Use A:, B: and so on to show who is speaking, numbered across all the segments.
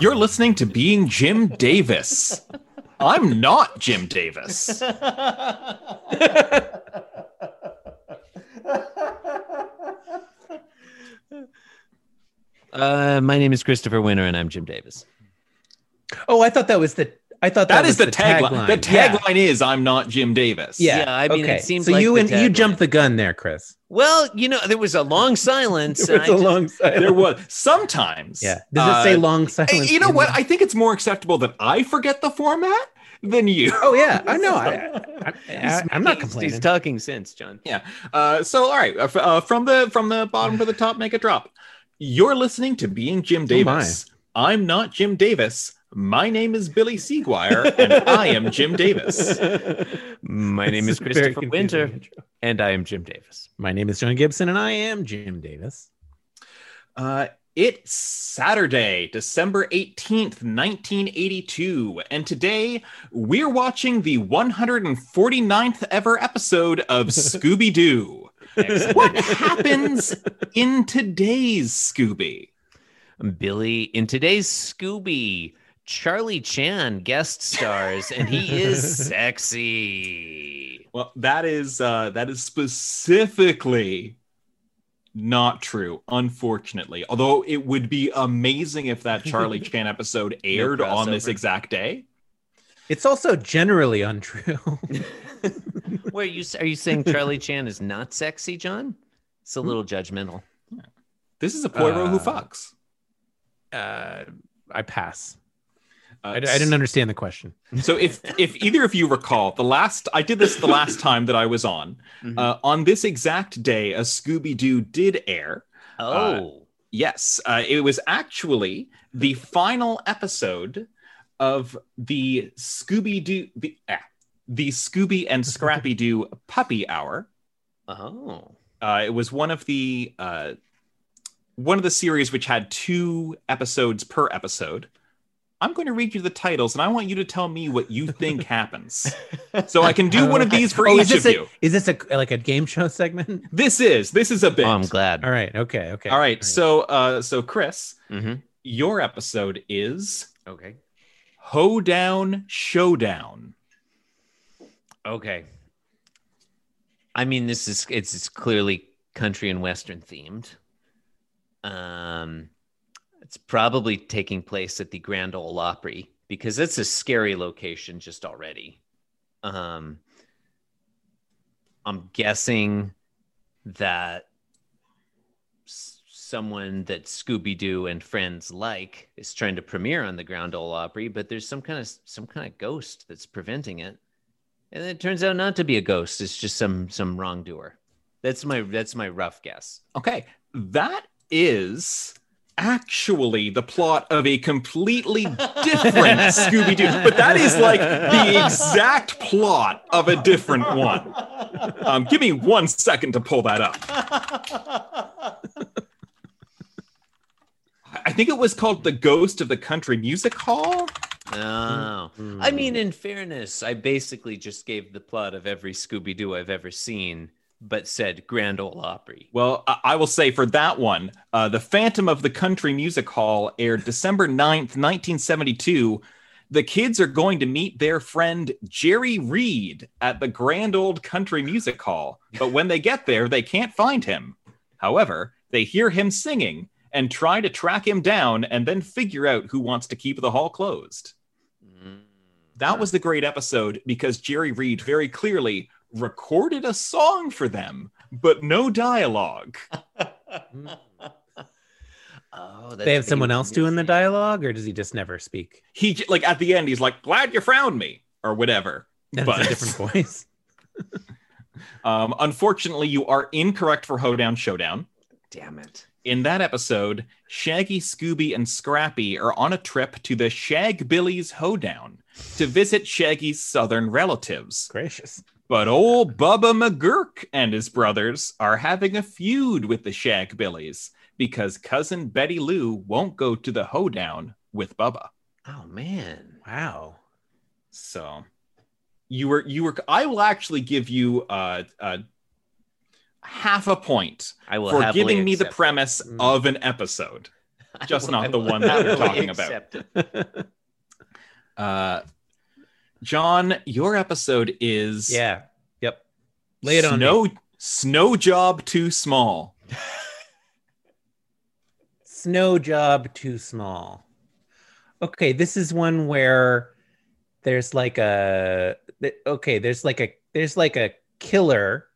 A: You're listening to Being Jim Davis. I'm not Jim Davis.
B: Uh, my name is Christopher Winter, and I'm Jim Davis.
C: Oh, I thought that was the. I thought that,
A: that is
C: was
A: the tagline. The tagline is I'm not Jim Davis.
C: Yeah.
B: Yeah, I mean, it
C: okay.
B: seems
C: so
B: like
C: you
B: the
C: and you
B: tagline.
C: jumped the gun there, Chris.
B: Well, you know, there was a long silence.
C: It was
B: I
C: a
B: just-
C: long silence.
A: There was sometimes.
C: yeah. Does it say
A: uh,
C: long
A: Hey,
C: silence?
A: you know
C: in
A: what?
C: the-
A: I think it's more acceptable that I forget the format than you.
C: oh yeah, I know. I, I, I,
B: He's
C: I'm not
B: making-
C: complaining.
B: He's talking sense, John.
A: Yeah. Uh, so, all right, uh, f- uh, from the from the bottom to the top, make a drop. You're listening to Being Jim
C: Oh, my.
A: Davis. I'm not Jim Davis. My name is Billy Seguire, and I am Jim Davis.
B: My
C: This
B: name is
C: a very
B: Christopher
C: confusing
B: Winter,
C: intro.
B: and I am Jim Davis.
C: My name is John Gibson, and I am Jim Davis.
A: Uh, it's Saturday, December 18th, 1982, and today we're watching the 149th ever episode of Scooby Doo. What happens in today's Scooby?
B: Billy, in today's Scooby, Charlie Chan guest stars, and he is sexy.
A: Well, that is uh, that is specifically not true, unfortunately. Although it would be amazing if that Charlie Chan episode aired on this
B: crossover.
A: exact day.
C: It's also generally untrue.
B: Where you are you saying Charlie Chan is not sexy, John? It's a little judgmental.
A: This is a Poirot who
C: Uh,
A: fucks.
C: uh, I pass.
A: Uh,
C: I, I didn't understand the question.
A: So if if either of you recall, the last I did this the last time that I was on.
B: Mhm.
A: Uh, on this exact day, a Scooby Doo did air.
C: Uh,
B: Oh,
A: Yes, uh, it was actually the final episode of the Scooby Doo, the, ah, the Scooby and Scrappy Doo Puppy Hour.
B: oh,
A: Uh, it was one of the uh, one of the series which had two episodes per episode. I'm going to read you the titles, and I want you to tell me what you think happens. So I can do one of these for
C: Oh, is
A: each
C: this
A: of
C: a,
A: you.
C: Is this a like a game show segment?
A: This is this is a bit.
B: Oh, I'm glad.
C: All right. Okay. Okay.
A: All right, so uh, so Chris,
B: hmm
A: your episode is
B: Okay.
A: Hoedown Showdown.
B: Okay. I mean, this is it's, it's clearly country and western themed. Um, it's probably taking place at the Grand Ole Opry because it's a scary location just already. Um, I'm guessing that s- someone that Scooby Doo and friends like is trying to premiere on the Grand Ole Opry, but there's some kind of some kind of ghost that's preventing it and it turns out not to be a ghost it's just some some wrongdoer that's my that's my rough guess
A: Okay, that is actually the plot of a completely different Scooby Doo, but that is like the exact plot of a different one. Um, give me one second to pull that up.
B: Oh.
A: I I think it was called The Ghost of the Country Music Hall.
B: oh
C: Hmm.
B: i mean in fairness i basically just gave the plot of every scooby-doo i've ever seen but said grand ole opry
A: Well, I, I will say for that one, uh, The Phantom of the Country Music Hall aired December 9th, 1972. The kids are going to meet their friend Jerry Reed at the Grand Old Country Music Hall, but when they get there, they can't find him. However, they hear him singing and try to track him down and then figure out who wants to keep the hall closed.
B: Mm.
A: That was the great episode because Jerry Reed very clearly recorded a song for them, but no dialogue.
B: oh that's
C: they have
B: what
C: someone
B: you
C: else
B: were
C: doing the
B: missing.
C: dialogue, or does he just never speak?
A: he j- like at the end he's like glad you found me or whatever
C: That's
A: But-
C: a different voice.
A: um unfortunately you are incorrect for hoedown showdown
B: damn it
A: in that episode shaggy scooby and scrappy are on a trip to the shag billy's hoedown to visit shaggy's southern relatives
C: Gracious.
A: but old bubba mcgurk and his brothers are having a feud with the shag billies because cousin betty lou won't go to the hoedown with bubba
B: oh man
C: Wow.
A: So you were you were I will actually give you uh uh half a point
B: i will
A: for
B: happily
A: giving me the
B: accept
A: premise
C: Mm.
A: of an episode.
B: it.
A: Just
B: will-
A: not
B: I
A: the
B: will-
A: one that
B: I
A: we're
B: will
A: talking about.
B: accept it.
A: Uh, John, your episode is
C: yeah. Yep. Lay it on me.
A: Snow snow job too small.
C: Snow job too small. Okay, this is one where there's like a th- okay, there's like a there's like a killer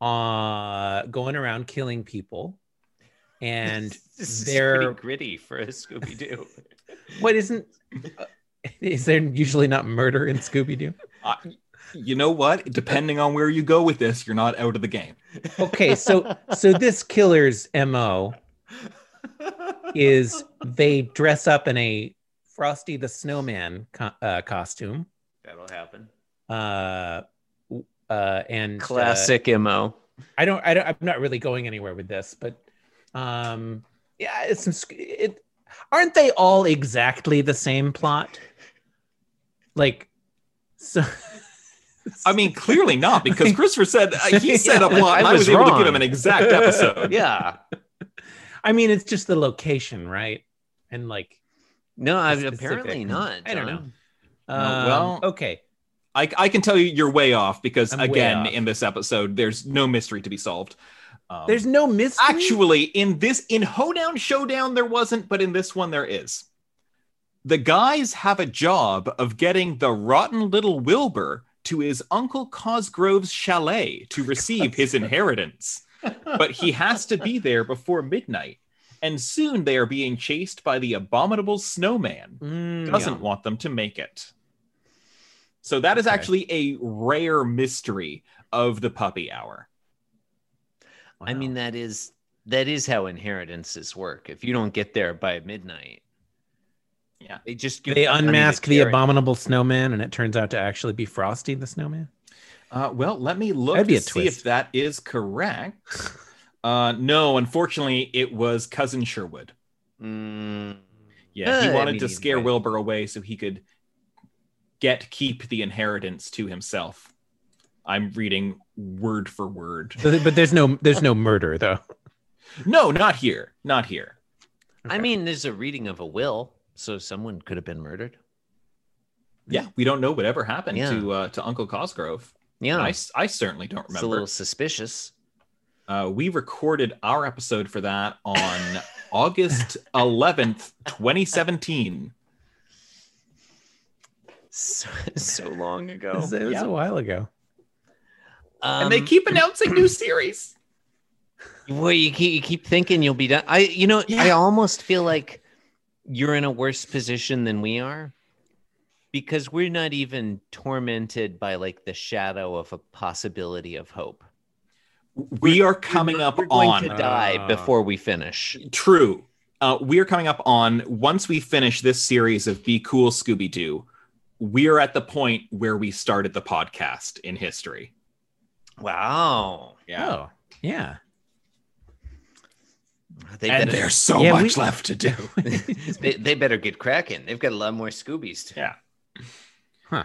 C: uh going around killing people. And
B: this is
C: they're-
B: pretty gritty for a Scooby Doo.
C: what isn't uh, is there usually not murder in Scooby Doo?
A: You know what? Depending on where you go with this, you're not out of the game.
C: Okay, so so this killer's MO is they dress up in a Frosty the Snowman co- uh, costume.
B: that'll happen.
C: uh, w- uh, and uh,
B: Classic mo.
C: I don't, I don't, I'm not really going anywhere with this, but um, yeah, it's some. sc- It, aren't they all exactly the same plot? Like, so.
A: I mean, clearly not because Christopher said uh, he set up
B: Yeah,
A: a lot. and
B: I
A: I was,
B: was
A: able to
B: wrong.
A: give him an exact episode.
B: Yeah.
C: I mean, it's just the location, right? And like,
B: No, I,
C: Specific. Hmm.
B: apparently not.
C: I don't
B: John.
C: know.
A: No,
C: um,
A: well-
C: okay,
A: I, I can tell you you're way off because
C: I'm way
A: again,
C: off.
A: in this episode, there's no mystery to be solved. Um,
C: there's no mystery.
A: actually in this in Hoedown Showdown there wasn't, but in this one there is. The guys have a job of getting the rotten little Wilbur to his uncle Cosgrove's chalet to receive his inheritance, but he has to be there before midnight. And soon they are being chased by the abominable snowman
C: Mm,
A: doesn't want them to make it. So that is
C: Okay.
A: actually a rare mystery of the puppy hour.
B: I mean, that is that is how inheritances work. If you don't get there by midnight,
A: Yeah.
B: they just give
C: they
B: money to
C: unmask the
B: charity.
C: abominable snowman, and it turns out to actually be Frosty the Snowman.
A: Uh, well, let me look
C: That'd be
A: to
C: a
A: see
C: twist.
A: if that is correct. Uh, no, unfortunately, it was cousin Sherwood.
B: Mm.
A: Yeah,
B: Uh,
A: he
B: I
A: wanted
B: mean,
A: to
B: either
A: scare
B: way.
A: Wilbur away so he could get keep the inheritance to himself. I'm reading word for word.
C: So th- but there's no there's no murder though.
A: No, not here. Not here.
B: I
C: Okay.
B: mean, there's a reading of a will, so someone could have been murdered.
A: Yeah, we don't know whatever happened
B: Yeah.
A: to uh, to Uncle Cosgrove.
B: Yeah,
A: I, s- I certainly don't
B: it's a
A: remember.
B: little suspicious.
A: Uh, we recorded our episode for that on August 11th, 2017.
B: So, so long ago,
C: It's- it was
A: yeah.
C: a while ago.
A: and they
B: Um,
A: keep announcing new series.
B: Well, you keep, you keep thinking you'll be done. I, you know,
A: Yeah.
B: I almost feel like you're in a worse position than we are because we're not even tormented by like the shadow of a possibility of hope.
A: We are coming up
B: We're going
A: on
B: to die
C: Ah.
B: before we finish.
A: true. Uh, we are coming up on once we finish this series of Be Cool Scooby Doo. We are at the point where we started the podcast in history.
B: Wow.
A: Yeah,
C: Oh, yeah.
B: They
A: and
B: better,
A: there's so
C: Yeah,
A: much
C: we-
A: left to do.
B: they, they better get cracking. They've got a lot more Scoobies. To-
A: Yeah.
C: Huh.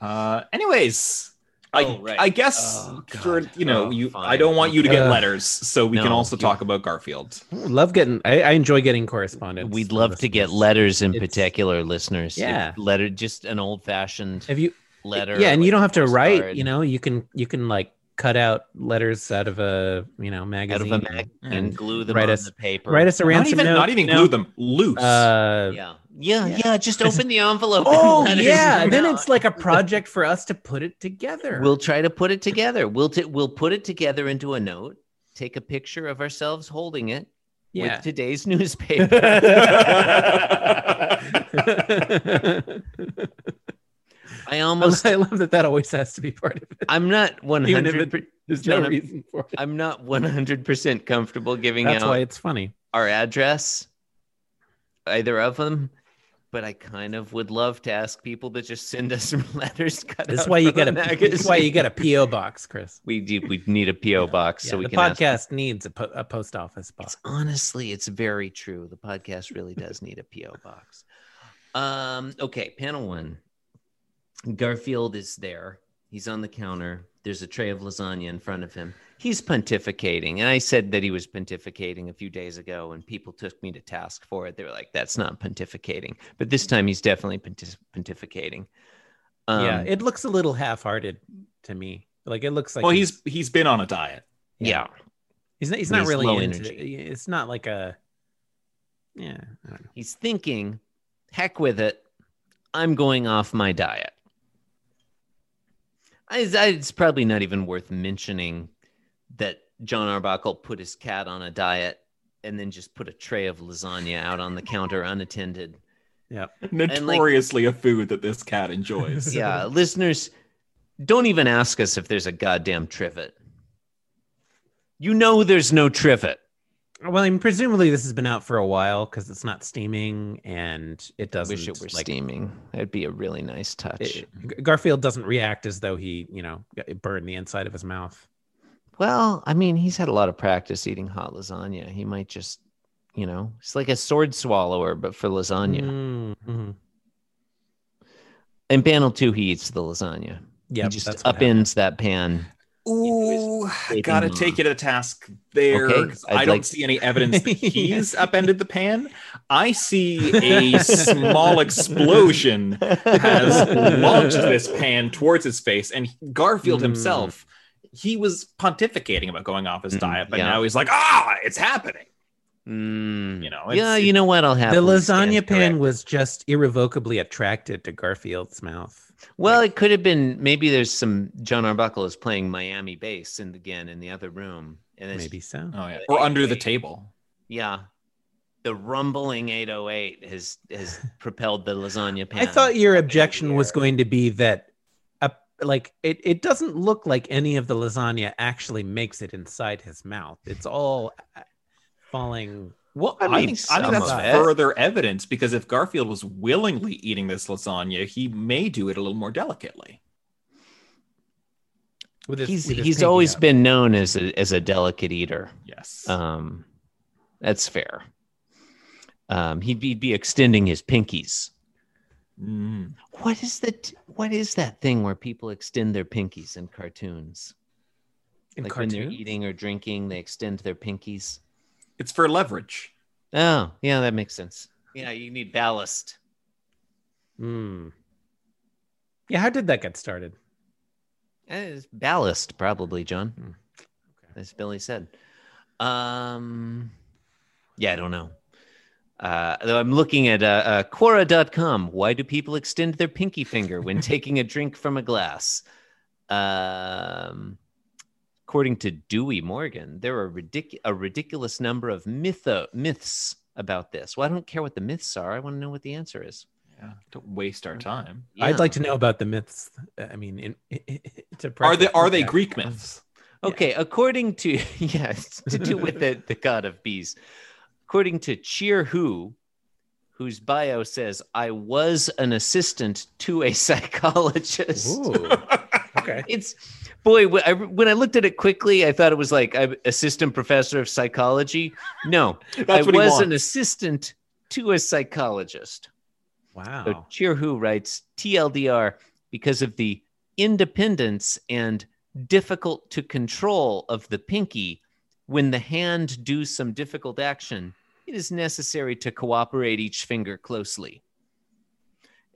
A: Uh, anyways, I,
B: Oh, right.
A: I guess
B: Oh, God.
A: for you know
B: Oh,
A: you, I
B: fine.
A: don't want you to get
C: Ugh.
A: letters, so we can
B: No,
A: also
B: you-
A: talk about Garfield.
C: Love getting. I, I enjoy getting correspondence.
B: We'd
C: from
B: love to get
C: listeners.
B: letters in
C: It's-
B: particular, listeners. If
C: Yeah.
B: Letter, just an old fashioned
C: Have you?
B: letter.
C: yeah, and you
B: like
C: don't have to
B: postcard
C: write. You know, you can you can like cut out letters out of a you know
B: out
C: magazine.
B: of a mag and glue them
C: Mm. Write
B: on
C: us-
B: the paper.
C: Write us a
A: Not
C: ransom
A: even
C: note.
A: not even
C: you
A: glue
C: know?
A: them loose.
C: Uh,
B: Yeah. Yeah.
C: Yeah.
B: Yeah. Just open the envelope. and
C: Oh
B: let us
C: yeah,
B: know.
C: then it's like a project for us to put it together.
B: we'll try to put it together. We'll t- we'll put it together into a note. Take a picture of ourselves holding it
C: yeah.
B: with today's newspaper.
C: I
B: I almost
C: love that that always has to be part of it.
B: I'm not 100 per-
C: There's no
B: Jonah,
C: reason for it.
B: I'm not 100% comfortable giving
C: That's
B: out
C: why it's funny.
B: our address either of them. But I kind of would love to ask people to just send us some letters. Cut
C: That's
B: out
C: why you get
B: from the
C: a. That's why you
B: magazine.
C: get a PO box, Chris.
B: We do. We need a PO box so
C: Yeah,
B: we
C: the
B: can ask
C: podcast needs a, po- a post office box.
B: It's honestly, it's very true. The podcast really does need a PO box. Um, okay, panel one. Garfield is there. He's on the counter. There's a tray of lasagna in front of him. He's pontificating. And I said that he was pontificating a few days ago, and people took me to task for it. They were like, that's not pontificating. But this time he's definitely pontif- pontificating. Um,
C: yeah, it looks a little half-hearted to me. Like it looks like
A: well, he's he's been on a diet.
B: yeah.
C: he's not, he's not
B: he's
C: really
B: low
C: into
B: energy.
C: it. It's not like a yeah. I don't know.
B: He's thinking, heck with it. I'm going off my diet. I, I- it's probably not even worth mentioning that John Arbuckle put his cat on a diet and then just put a tray of lasagna out on the counter unattended.
A: Notoriously a food that this cat enjoys.
B: Yeah, listeners, don't even ask us if there's a goddamn trivet. You know there's no trivet.
C: Well, I mean, presumably this has been out for a while because it's not steaming and it doesn't.
B: Wish it were
C: like,
B: steaming. That'd be a really nice touch.
C: it- G- Garfield doesn't react as though he, you know, got- it burned the inside of his mouth.
B: Well, I mean, he's had a lot of practice eating hot lasagna. He might just, you know, it's like a sword swallower, but for lasagna.
C: Mm, mhm.
B: In panel two, he eats the lasagna.
C: Yeah,
B: he just
C: that's what happened.
B: upends that pan.
A: Ooh,
B: Waiting
A: gotta
B: on-
A: take it a task there.
B: Okay,
A: 'cause
B: I'd
A: I don't
B: like-
A: see any evidence that he's upended the pan. I see a small explosion has launched this pan towards his face, and Garfield
B: Hmm.
C: Mm.
A: himself, he was pontificating about going off his
B: Mm,
A: diet, but
B: yeah.
A: now he's like, ah, it's happening.
B: Mm.
A: You know, it's,
B: yeah, you know what? I'll have
C: The lasagna pan was just irrevocably attracted to Garfield's mouth.
B: Well, it could have been maybe there's some John Arbuckle is playing Miami bass in again in the other room, and it's,
C: Maybe so.
A: oh, yeah. or under the table.
B: yeah, the rumbling 808 has has propelled the lasagna
C: I
B: pan.
C: thought your
B: up into the
C: objection was
B: air.
C: going to be that, uh, like, it, it doesn't look like any of the lasagna actually makes it inside his mouth. It's all uh, falling.
A: Well, I,
B: I mean,
A: think, I think
B: some
A: that's
B: of it.
A: further evidence because if Garfield was willingly eating this lasagna, he may do it a little more delicately.
C: With his,
B: he's
C: with his
B: he's
C: pinky
B: always
C: up.
B: been known as a as a delicate eater.
A: Yes.
C: Uh-huh.
B: Um, that's fair. Um, he'd be, be extending his pinkies.
A: Mm.
B: What is that? What is that thing where people extend their pinkies in cartoons?
C: in
B: like
C: cartoons.
B: when they're eating or drinking, they extend their pinkies.
A: It's for leverage.
B: Oh, yeah, that makes sense. Yeah, you need ballast.
C: Hmm. Yeah, how did that get started?
B: Eh, It's ballast, probably, John.
C: Hmm.
B: As Billy said. Um, yeah, I don't know. Uh, though I'm looking at uh, uh, Quora.com. Why do people extend their pinky finger when taking a drink from a glass? Um, according to Dewey Morgan, there are ridic- a ridiculous number of mytho- myths about this. Well, I don't care what the myths are. I want to know what the answer is.
A: Yeah. Don't waste our time.
B: Yeah.
C: I'd like to know about the myths. I mean, in, to
A: Are they
C: preface
A: are
C: this
A: they
C: act-
A: Greek myths?
B: Okay, according to yes, to do with the, the god of bees. According to Cheer Who, whose bio says, I was an assistant to a psychologist.
C: Ooh, okay.
B: It's boy, wh- I- when I looked at it quickly, I thought it was like I'm assistant professor of psychology. No,
A: That's
B: I
A: what he
B: was an
A: wants.
B: assistant to a psychologist. So
C: Wow.
B: Cheer Who writes TLDR because of the independence and difficult to control of the pinky when the hand do some difficult action it is necessary to cooperate each finger closely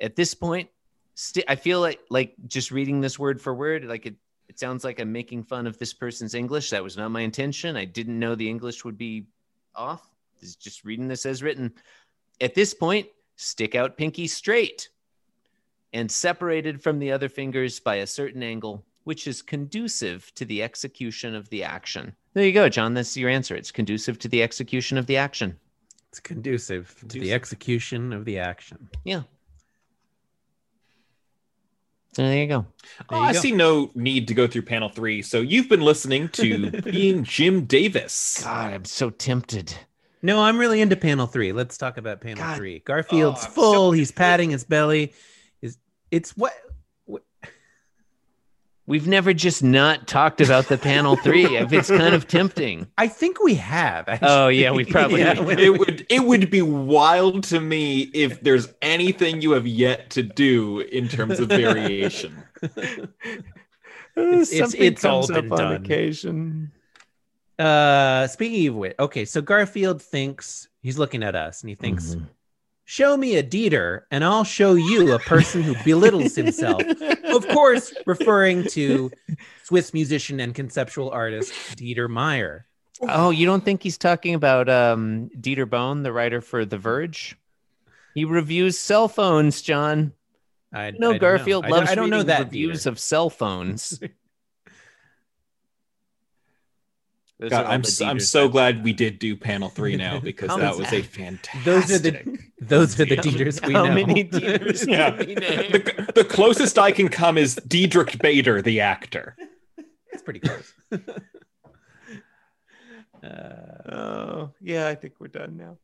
B: at this point sti i feel like like just reading this word for word like it it sounds like i'm making fun of this person's english that was not my intention i didn't know the english would be off this is just reading this as written at this point stick out pinky straight and separated from the other fingers by a certain angle, which is conducive to the execution of the action. There you go, John. That's your answer. It's conducive to the execution of the action.
C: It's conducive, to
A: Conducive.
C: the execution of the action.
B: So there you
C: There
B: go.
C: you
A: Oh, I
C: go.
A: see no need to go through panel three. So you've been listening to being Jim Davis.
B: God, I'm so tempted.
C: No, I'm really into panel three. Let's talk about panel
B: God.
C: three. Garfield's
A: Oh, I'm
C: full.
A: so-
C: He's patting his belly. Is it's what?
B: We've never just not talked about the panel three. It's kind of tempting.
C: I think we have. Actually.
B: Oh, yeah, we probably-
C: we-
A: It would it would be wild to me if there's anything you have yet to do in terms of variation.
C: It's- it's-
D: Eh, Something
C: it's all
D: comes
C: been
D: up on
C: done.
D: occasion.
C: Uh, speaking of which, okay, so Garfield thinks he's looking at us and he thinks,
B: Mm-hmm.
D: Mhm.
C: Show me a Dieter and I'll show you a person who belittles himself. Of course, referring to Swiss musician and conceptual artist Dieter Meyer.
B: Oh, you don't think he's talking about um, Dieter Bone, the writer for The Verge? He reviews cell phones, John.
C: I I
B: No,
C: don't
B: Garfield
C: I don't-
B: loves
C: I don't know
B: reading
C: that
B: reviews
C: Dieter.
B: of cell phones. Those
A: God,
B: are all
A: I'm
B: the
A: so, I'm
B: Dieters
A: so
B: I've-
A: glad we did do panel three now because
B: How
A: that
B: is
A: was
B: that?
A: a fantastic.
C: Those are the those are the Dieters we
B: How
C: know.
B: many Dieters
A: Yeah.
B: do we know?
A: The, the closest I can come is Diedrich Bader, the actor.
C: It's pretty close. uh,
D: Oh, yeah, I think we're done now.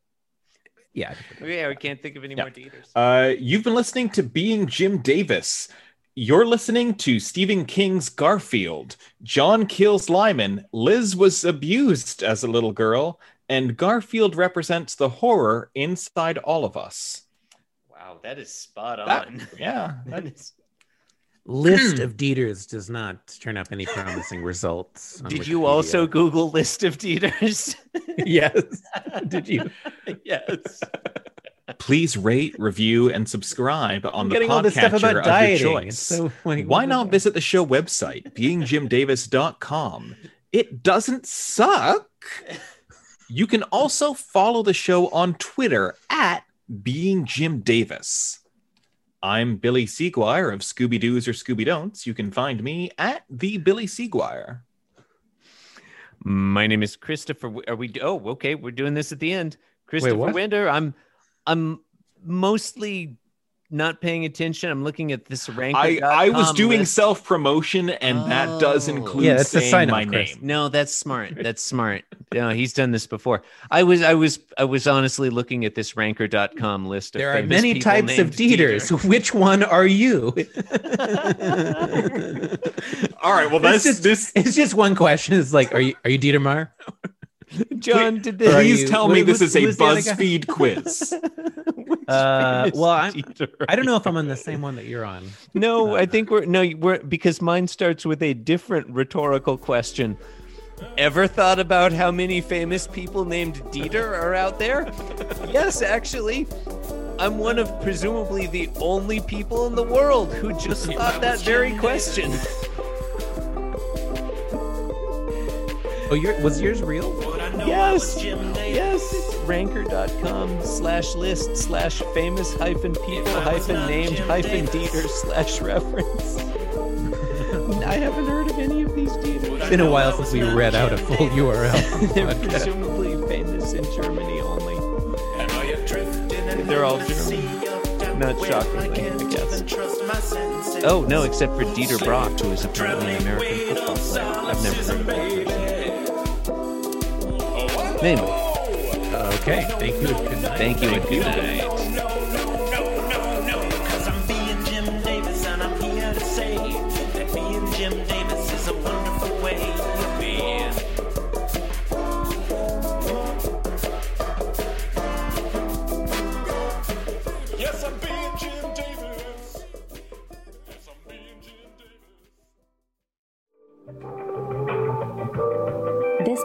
C: yeah.
B: Oh, Yeah, we can't think of any
A: Yeah.
B: more Dieters.
A: Uh, you've been listening to Being Jim Davis. You're listening to Stephen King's Garfield. John kills Lyman. Liz was abused as a little girl. And Garfield represents the horror inside all of us.
B: wow, that is spot
A: That-
B: on.
A: yeah. that-
B: That is-
C: List of Dieters does not turn up any promising results. on
B: Did you
C: Wikipedia.
B: also Google list of Dieters?
C: yes. Did you?
B: yes.
A: Please rate, review, and subscribe on
C: I'm
A: the
C: getting
A: podcatcher
C: all this stuff about
A: of
C: dieting.
A: your choice.
C: It's so funny.
A: Why not visit the show website, beingjimdavis.com? It doesn't suck. You can also follow the show on Twitter at Being Jim Davis. I'm Billy Seguire of Scooby Doo's or Scooby Don'ts. You can find me at the Billy Seguire.
B: My name is Christopher. Wi- Are we? Oh, okay. We're doing this at the end. Christopher
C: what?
B: Winder. I'm. I'm mostly not paying attention. I'm looking at this rank.
A: I, I was doing self promotion, and that does
B: Oh.
A: include
C: Yeah, that's a
A: saying
C: sign-off,
A: my
C: Chris.
A: name.
B: No, that's smart. That's smart. No, he's done this before. I was. I was. I was honestly looking at this ranker.com list. Of
C: There are
B: famous
C: many
B: people
C: types of
B: named Dieter.
C: Dieters. Which one are you?
A: All right, well, that's
C: It's just-
A: this.
C: it's just one question. It's like, are you are you Dieter Meyer?
B: John did
C: Are
B: this.
A: Please
C: you-
A: tell
C: what-
A: me this
C: who-
A: is a
C: who's the other guy?
A: BuzzFeed quiz.
C: Uh, well, I'm,
B: Dieter.
C: I don't know if I'm on the same one that you're on.
B: No, I think we're no, we're because mine starts with a different rhetorical question. Ever thought about how many famous people named Dieter are out there? Yes, actually. I'm one of presumably the only people in the world who just thought that very question.
C: Oh, your was yours real?
B: Yes. Yes, it's ranker.com slash list slash famous hyphen people hyphen named hyphen Dieter slash reference. I haven't heard of any of these Dieters.
C: It's been a while since we read out a full URL.
B: They're presumably famous in Germany only.
E: They're all German. Not shockingly, I guess.
B: Oh, no, except for Dieter Brock, who is apparently an American football player. I've never heard of that person. Anyway, oh,
C: okay, thank you. and Good night.
B: thank you and good night.
E: Cause I'm being Jim Davis and I'm here to say that being Jim Davis is a wonderful way to be. Yes, I'm being Jim Davis. Yes, I'm being Jim Davis.
F: This